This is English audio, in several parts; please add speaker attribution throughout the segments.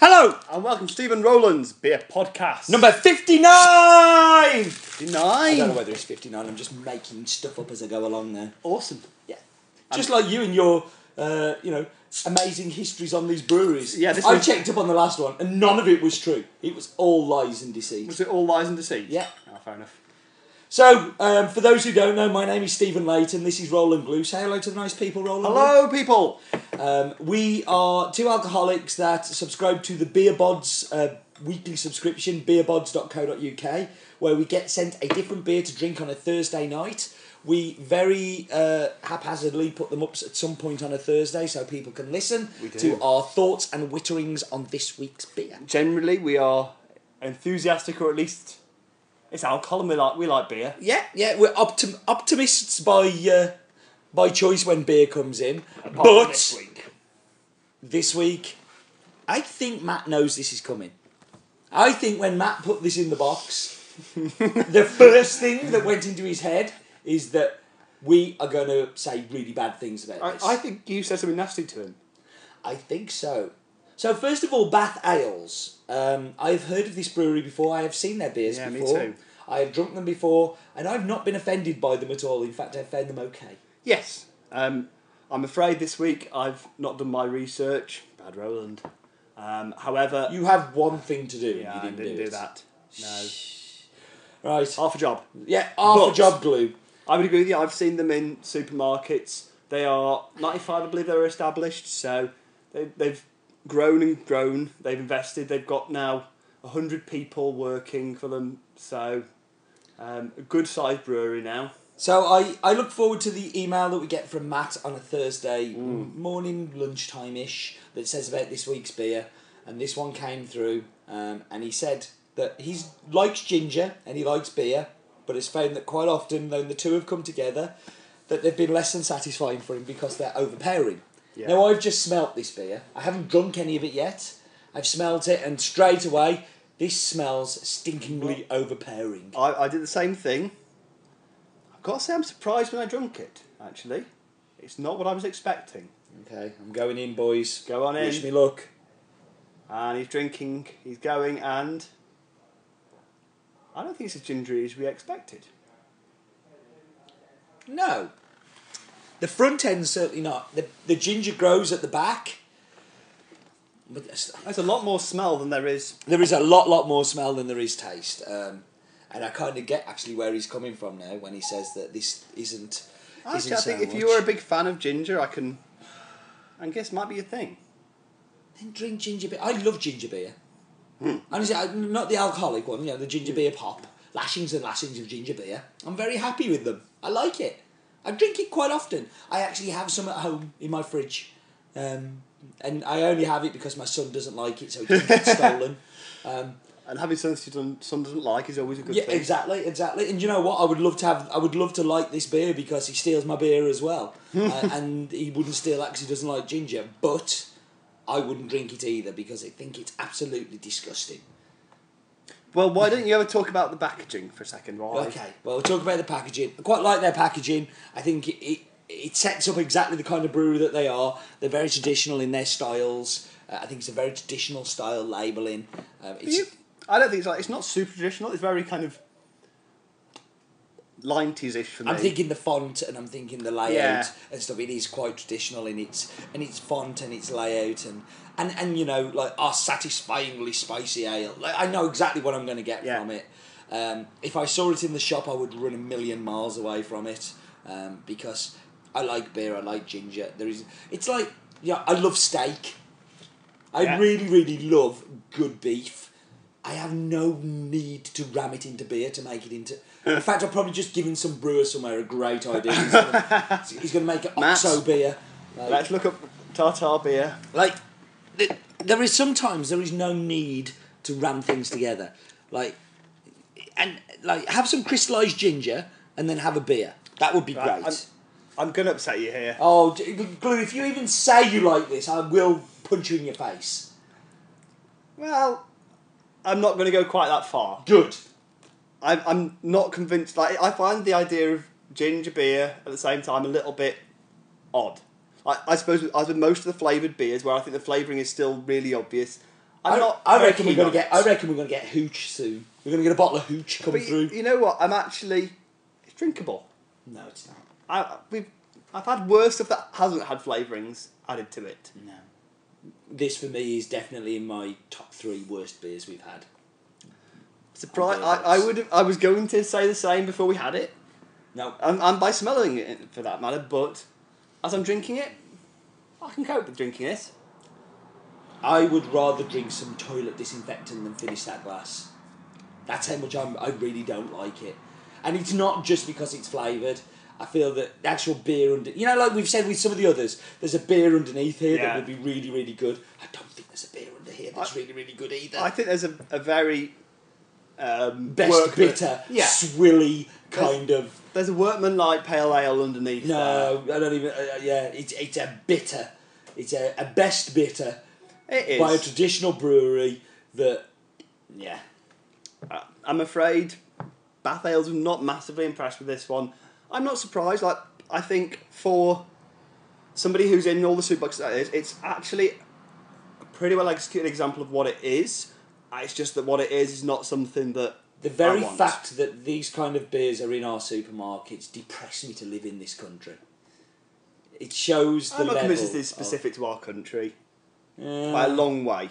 Speaker 1: Hello,
Speaker 2: And welcome to Stephen Rowland's Beer Podcast.
Speaker 1: number 59! I
Speaker 2: 59.
Speaker 1: don't know whether it's 59, I'm just making stuff up as I go along now.
Speaker 2: Awesome.
Speaker 1: Yeah. Just
Speaker 2: Um,
Speaker 1: like you and your, uh, you know, amazing histories on these breweries.
Speaker 2: Yeah, this
Speaker 1: I
Speaker 2: one-
Speaker 1: checked up on the last one and none of it was true. It was all lies and deceit.
Speaker 2: Was it all lies and deceit?
Speaker 1: Yeah.
Speaker 2: Oh, fair enough.
Speaker 1: So, um, for those who don't know, my name is Stephen Layton. This is Roland Glue. Say hello to the nice people, Roland. Glue.
Speaker 2: Hello, people.
Speaker 1: Um, we are two alcoholics that subscribe to the Beer Bods uh, weekly subscription, beerbods.co.uk, where we get sent a different beer to drink on a Thursday night. We very uh, haphazardly put them up at some point on a Thursday so people can listen
Speaker 2: We do.
Speaker 1: to our thoughts and witterings on this week's beer.
Speaker 2: Generally, we are enthusiastic, or at least it's alcohol, and we like we like beer.
Speaker 1: Yeah, yeah, we're optim- optimists by uh, by choice when beer comes in,
Speaker 2: Apart from
Speaker 1: but
Speaker 2: this week.
Speaker 1: this week. I think Matt knows this is coming. I think when Matt put this in the box, the first thing that went into his head is that we are going to say really bad things about
Speaker 2: I,
Speaker 1: this.
Speaker 2: I think you said something nasty to him.
Speaker 1: I think so. So first of all, Bath Ales. Um, I've heard of this brewery before. I have seen their beers
Speaker 2: Yeah, me
Speaker 1: before.
Speaker 2: too.
Speaker 1: I have drunk them before, and I've not been offended by them at all. In fact, I found them okay.
Speaker 2: Yes. Um, I'm afraid this week I've not done my research. Bad Roland. Um, however,
Speaker 1: You have one thing to do.
Speaker 2: yeah,
Speaker 1: and you
Speaker 2: I didn't do,
Speaker 1: it.
Speaker 2: that. No.
Speaker 1: Right.
Speaker 2: Half a job.
Speaker 1: Yeah, half a
Speaker 2: But-
Speaker 1: job glue.
Speaker 2: I would agree with you. I've seen them in supermarkets. They are 95, I believe they were established. So they, they've grown and grown. They've invested. They've got now 100 people working for them. So um, a good sized brewery now.
Speaker 1: So I, I look forward to the email that we get from Matt on a Thursday
Speaker 2: Mm.
Speaker 1: morning, lunchtime ish, that says about this week's beer. And this one came through, um, and he said that he likes ginger and he likes beer, but has found that quite often, when the two have come together, that they've been less than satisfying for him because they're overpowering.
Speaker 2: Yeah.
Speaker 1: Now, I've just smelt this beer. I haven't drunk any of it yet. I've smelt it, and straight away, this smells stinkingly
Speaker 2: Mm-hmm.
Speaker 1: overpowering.
Speaker 2: I, I did the same thing. I've got to say, I'm surprised when I drunk it, actually. It's not what I was expecting.
Speaker 1: Okay, I'm going in, boys.
Speaker 2: Go on in.
Speaker 1: Wish me luck.
Speaker 2: And he's drinking, he's going, and I don't think it's as gingery as we expected.
Speaker 1: No. The front end's certainly not. The, the ginger grows at the back. But there's-
Speaker 2: There's a lot more smell than there is
Speaker 1: there is a lot, lot more smell than there is taste. Um, and I kind of get actually where he's coming from now when he says that this isn't.
Speaker 2: Actually,
Speaker 1: isn't
Speaker 2: I think
Speaker 1: so
Speaker 2: if you
Speaker 1: much.
Speaker 2: were a big fan of ginger, I can. I guess it might be your thing.
Speaker 1: Then drink ginger beer. I love ginger beer.
Speaker 2: Hmm.
Speaker 1: Honestly, I, not the alcoholic one, you know, the ginger beer pop. Lashings and lashings of ginger beer. I'm very happy with them. I like it. I drink it quite often. I actually have some at home in my fridge. Um, and I only have it because my son doesn't like it, so it doesn't get stolen.
Speaker 2: And having something you don't, some doesn't like is always a good
Speaker 1: Yeah,
Speaker 2: thing.
Speaker 1: exactly, exactly. And you know what? I would love to have. I would love to like this beer because he steals my beer as well, uh, and he wouldn't steal that because he doesn't like ginger. But I wouldn't drink it either because I think it's absolutely disgusting.
Speaker 2: Well, why don't you ever talk about the packaging for a second, right?
Speaker 1: Okay, well, we'll talk about the packaging. I quite like their packaging. I think it, it, it sets up exactly the kind of brewery that they are. They're very traditional in their styles. Uh, I think it's a very traditional style labelling. Um, it's,
Speaker 2: You- I don't think it's like it's not super traditional. It's very kind of 90s ish for me.
Speaker 1: I'm thinking the font and I'm thinking the layout
Speaker 2: Yeah.
Speaker 1: and stuff. It is quite traditional in its and its font and its layout and and, and you know like our satisfyingly spicy ale. Like, I know exactly what I'm going to get
Speaker 2: Yeah.
Speaker 1: from it. Um, if I saw it in the shop, I would run a million miles away from it um, because I like beer. I like ginger. There is. It's like yeah, I love steak. I
Speaker 2: Yeah.
Speaker 1: really, really love good beef. I have no need to ram it into beer to make it into. In fact, I've probably just given some brewer somewhere a great idea. He's gonna- He's going to make an
Speaker 2: Matt.
Speaker 1: OXO beer. Like,
Speaker 2: Let's look up tartar beer.
Speaker 1: like th- there is sometimes there is no need to ram things together. Like, and like have some crystallized ginger and then have a beer. That would be
Speaker 2: Right,
Speaker 1: great.
Speaker 2: I'm- I'm gonna upset you here.
Speaker 1: Oh, d- Glue, if you even say you like this, I will punch you in your face.
Speaker 2: Well, I'm not gonna go quite that far.
Speaker 1: Good.
Speaker 2: I'm, I'm not convinced. Like I find the idea of ginger beer at the same time a little bit odd. I, I suppose as with most of the flavoured beers, where I think the flavouring is still really obvious,
Speaker 1: I,
Speaker 2: I'm not.
Speaker 1: I
Speaker 2: very
Speaker 1: reckon we're
Speaker 2: keen
Speaker 1: gonna
Speaker 2: on
Speaker 1: get.
Speaker 2: it.
Speaker 1: I reckon we're gonna get hooch soon. We're gonna get a bottle of hooch come
Speaker 2: But you,
Speaker 1: through.
Speaker 2: you know what? I'm actually. It's drinkable.
Speaker 1: No, it's not.
Speaker 2: I we've I've had worse stuff that hasn't had flavourings added to it.
Speaker 1: No. This for me is definitely in my top three worst beers we've had.
Speaker 2: Surprise!
Speaker 1: Oh,
Speaker 2: I, I would I was going to say the same before we had it,
Speaker 1: No,
Speaker 2: and, and by smelling it for that matter. But as I'm drinking it, I can cope with drinking it.
Speaker 1: I would rather drink some toilet disinfectant than finish that glass. That's how much I'm, I really don't like it. And it's not just because it's flavoured. I feel that the actual beer under. You know, like we've said with some of the others, there's a beer underneath here
Speaker 2: Yeah.
Speaker 1: that would be really, really good. I don't think there's a beer under here that's
Speaker 2: I-
Speaker 1: really, really good either.
Speaker 2: I think there's a, a very um,
Speaker 1: Best
Speaker 2: workman-
Speaker 1: bitter,
Speaker 2: Yeah,
Speaker 1: swilly kind of.
Speaker 2: there's a workmanlike pale ale underneath. there.
Speaker 1: No, I don't even. Uh, yeah, it's, it's a bitter. It's a, a best bitter
Speaker 2: it is.
Speaker 1: by a traditional brewery that. Yeah.
Speaker 2: I- I'm afraid Bath Ales were not massively impressed with this one. I'm not surprised. Like I think for somebody who's in all the soup boxes that is, it's actually a pretty well executed example of what it is. Uh, It's just that what it is is not something that
Speaker 1: The very
Speaker 2: I want.
Speaker 1: fact that these kind of beers are in our supermarkets depress me to live in this country. It shows the
Speaker 2: I'm not
Speaker 1: level.
Speaker 2: convinced this is
Speaker 1: of-
Speaker 2: specific to our country
Speaker 1: Yeah.
Speaker 2: by a long way.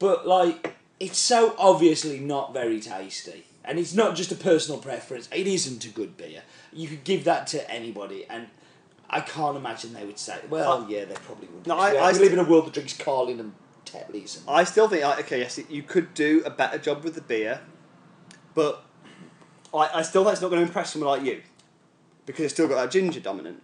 Speaker 1: but like, it's so obviously not very tasty, and it's not just a personal preference. It isn't a good beer. You could give that to anybody, and I can't imagine they would say, "Well,
Speaker 2: I-
Speaker 1: yeah, they probably would."
Speaker 2: No, I-
Speaker 1: Yeah,
Speaker 2: I
Speaker 1: we live in
Speaker 2: still-
Speaker 1: a world that drinks Carlin and Tetleys. And,
Speaker 2: I still think, like, okay, yes, you could do a better job with the beer, but I, I still think it's not going to impress someone like you because it's still got that ginger dominant.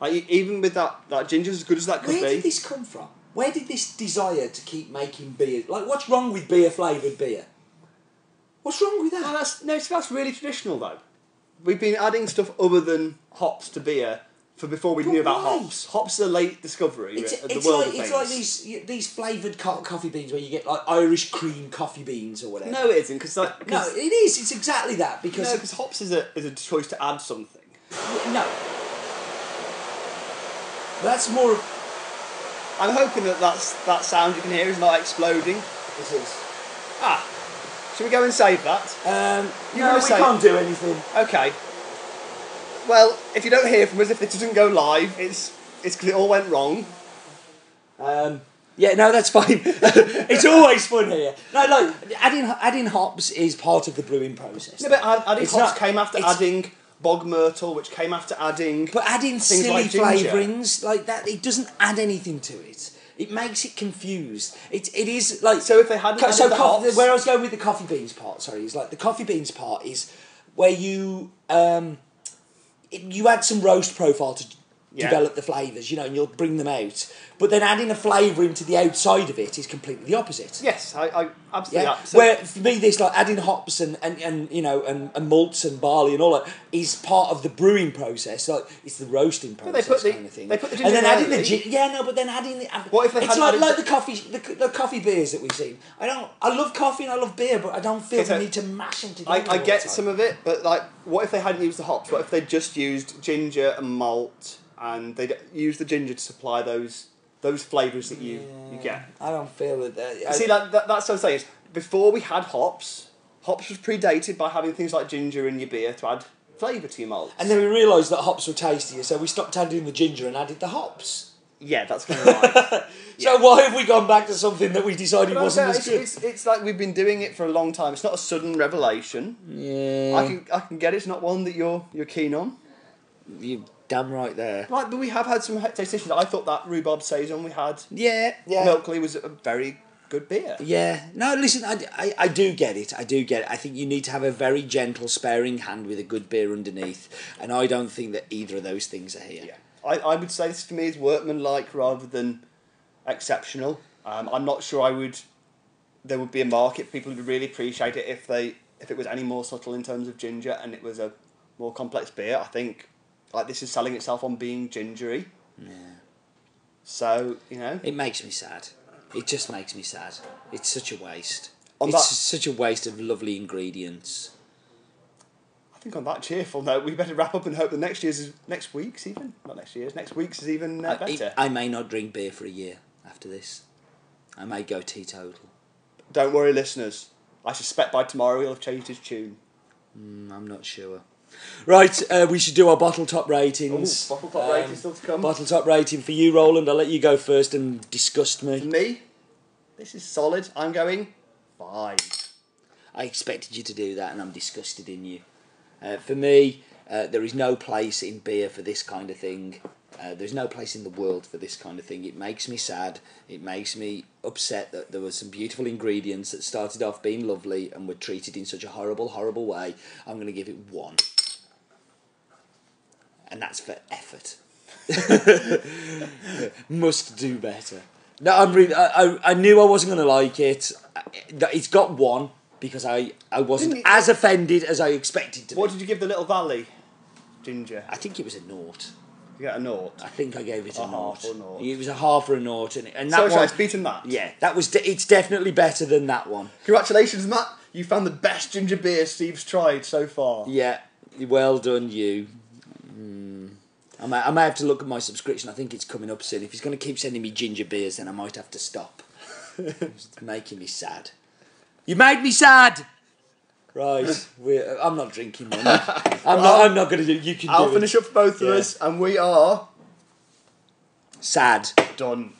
Speaker 2: Like e- even with that, that ginger's as good as that could
Speaker 1: where
Speaker 2: be.
Speaker 1: did this come from? Where did this desire to keep making beer? Like, what's wrong with beer flavored beer? What's wrong with that?
Speaker 2: No, Ah, that's no, so that's really traditional though. We've been adding stuff other than hops to beer for before we
Speaker 1: But
Speaker 2: knew about
Speaker 1: why?
Speaker 2: hops. Hops are late discovery
Speaker 1: It's,
Speaker 2: of the
Speaker 1: it's
Speaker 2: world
Speaker 1: like
Speaker 2: of
Speaker 1: it's
Speaker 2: things.
Speaker 1: like these y- these flavored co- coffee beans where you get like Irish cream coffee beans or whatever.
Speaker 2: No, it isn't because like,
Speaker 1: no,
Speaker 2: cause,
Speaker 1: it is. It's exactly that
Speaker 2: no,
Speaker 1: because
Speaker 2: 'cause hops is a is a choice to add something.
Speaker 1: no. That's more. of-
Speaker 2: I'm hoping that that's, that sound you can hear is not exploding.
Speaker 1: It is.
Speaker 2: Ah, should we go and save that?
Speaker 1: Um,
Speaker 2: You
Speaker 1: no,
Speaker 2: were
Speaker 1: we
Speaker 2: saying-
Speaker 1: can't do anything.
Speaker 2: Okay. Well, if you don't hear from us, if this doesn't go live, it's it's because it all went wrong.
Speaker 1: Um, yeah, no, that's fine. it's always fun here. No, like adding adding hops is part of the brewing process.
Speaker 2: No, but ad- adding
Speaker 1: It's
Speaker 2: hops
Speaker 1: not-
Speaker 2: came after
Speaker 1: it's-
Speaker 2: adding bog myrtle, which came after adding.
Speaker 1: But adding
Speaker 2: Things
Speaker 1: silly
Speaker 2: like ginger.
Speaker 1: flavourings like that, it doesn't add anything to it. It makes it confused. It, it is like
Speaker 2: So if they hadn't
Speaker 1: Co- so
Speaker 2: added the
Speaker 1: coffee,
Speaker 2: hops-
Speaker 1: where I was going with the coffee beans part, sorry, is like the coffee beans part is where you um, it, you add some roast profile to
Speaker 2: Yeah.
Speaker 1: develop the flavours, you know, and you'll bring them out. But then adding a flavour into the outside of it is completely the opposite.
Speaker 2: yes, I, I absolutely.
Speaker 1: Yeah.
Speaker 2: Yeah. So,
Speaker 1: Where for me, this like adding hops and, and, and you know and, and malts and barley and all that is part of the brewing process. Like it's the roasting
Speaker 2: they
Speaker 1: process
Speaker 2: put the-
Speaker 1: kind of thing.
Speaker 2: they put the
Speaker 1: and
Speaker 2: ginger
Speaker 1: then
Speaker 2: in
Speaker 1: adding the
Speaker 2: early.
Speaker 1: gin. Yeah, no, but then adding the.
Speaker 2: What if they
Speaker 1: it's
Speaker 2: hadn't
Speaker 1: like,
Speaker 2: added
Speaker 1: like the
Speaker 2: the-
Speaker 1: coffee the, co- the coffee beers that we've seen. I don't. I love coffee and I love beer, but I don't feel
Speaker 2: Okay,
Speaker 1: the
Speaker 2: so
Speaker 1: need to mash them together.
Speaker 2: I, I
Speaker 1: all the
Speaker 2: get
Speaker 1: time.
Speaker 2: some of it, but like, what if they hadn't used the hops? What if they just used ginger and malt, and they used the ginger to supply those those flavors that you you get?
Speaker 1: I don't feel that. that I,
Speaker 2: See, that, that, that's what I'm saying. Is before we had hops, hops was predated by having things like ginger in your beer to add flavour to your malt.
Speaker 1: and then we realised that hops were tastier, so we stopped adding the ginger and added the hops.
Speaker 2: yeah, that's kind of right.
Speaker 1: So why have we gone back to something that we decided
Speaker 2: But
Speaker 1: wasn't
Speaker 2: I'm
Speaker 1: as
Speaker 2: saying,
Speaker 1: good?
Speaker 2: it's, it's, it's like we've been doing it for a long time. It's not a sudden revelation.
Speaker 1: Yeah,
Speaker 2: I can I can get it. It's not one that you're you're keen on.
Speaker 1: you're damn right there.
Speaker 2: Like, but we have had some taste issues. I thought that rhubarb saison we had
Speaker 1: Yeah, yeah.
Speaker 2: Milkley was a very good beer.
Speaker 1: Yeah. No, listen, I, I, I do get it. I do get it. I think you need to have a very gentle, sparing hand with a good beer underneath. And I don't think that either of those things are here.
Speaker 2: Yeah, I, I would say this for me is workmanlike rather than exceptional. Um, I'm not sure I would. There would be a market. People would really appreciate it if they if it was any more subtle in terms of ginger and it was a more complex beer. I think like this is selling itself on being gingery. So you know,
Speaker 1: It makes me sad. It just makes me sad. It's such a waste.
Speaker 2: On
Speaker 1: it's
Speaker 2: that-
Speaker 1: such a waste of lovely ingredients.
Speaker 2: I think on that cheerful note, we better wrap up and hope that next year's is, next week's even not next year's next week's is even uh,
Speaker 1: I,
Speaker 2: better.
Speaker 1: I may not drink beer for a year after this. I may go teetotal.
Speaker 2: Don't worry, listeners. I suspect by tomorrow he'll have changed his tune.
Speaker 1: Mm, I'm not sure. Right, uh, we should do our bottle top ratings.
Speaker 2: Ooh, bottle top
Speaker 1: Um,
Speaker 2: rating still to come.
Speaker 1: Bottle top rating for you, Roland. I'll let you go first and disgust
Speaker 2: For
Speaker 1: me.
Speaker 2: me, this is solid. I'm going five.
Speaker 1: I expected you to do that, and I'm disgusted in you. Uh, for me, uh, there is no place in beer for this kind of thing. Uh, there's no place in the world for this kind of thing. It makes me sad. It makes me upset that there were some beautiful ingredients that started off being lovely and were treated in such a horrible, horrible way. I'm going to give it one. And that's for effort. Must do better. No, I'm really. I, I, I knew I wasn't going to like it. I- that- It's got one because I, I wasn't
Speaker 2: Didn't it-
Speaker 1: as offended as I expected to be.
Speaker 2: What did you give the little valley? Ginger.
Speaker 1: I think it was a naught.
Speaker 2: You get a naught.
Speaker 1: I think I gave it a,
Speaker 2: A half
Speaker 1: naught.
Speaker 2: or naught.
Speaker 1: It was a half or a naught, and, and that
Speaker 2: So, so
Speaker 1: one.
Speaker 2: it's beaten that.
Speaker 1: yeah, that was. De- it's definitely better than that one.
Speaker 2: Congratulations, Matt. You found the best ginger beer Steve's tried so far.
Speaker 1: Yeah, well done, you. Mm. I may, I may have to look at my subscription. I think it's coming up soon. If he's going to keep sending me ginger beers, then I might have to stop. it's making me sad. You made me sad. Right, we're, I'm not drinking one. I'm not. I'm not going to do. You can
Speaker 2: I'll
Speaker 1: do
Speaker 2: finish
Speaker 1: it.
Speaker 2: up for both
Speaker 1: Yeah.
Speaker 2: of us, and we are
Speaker 1: Sad.
Speaker 2: done.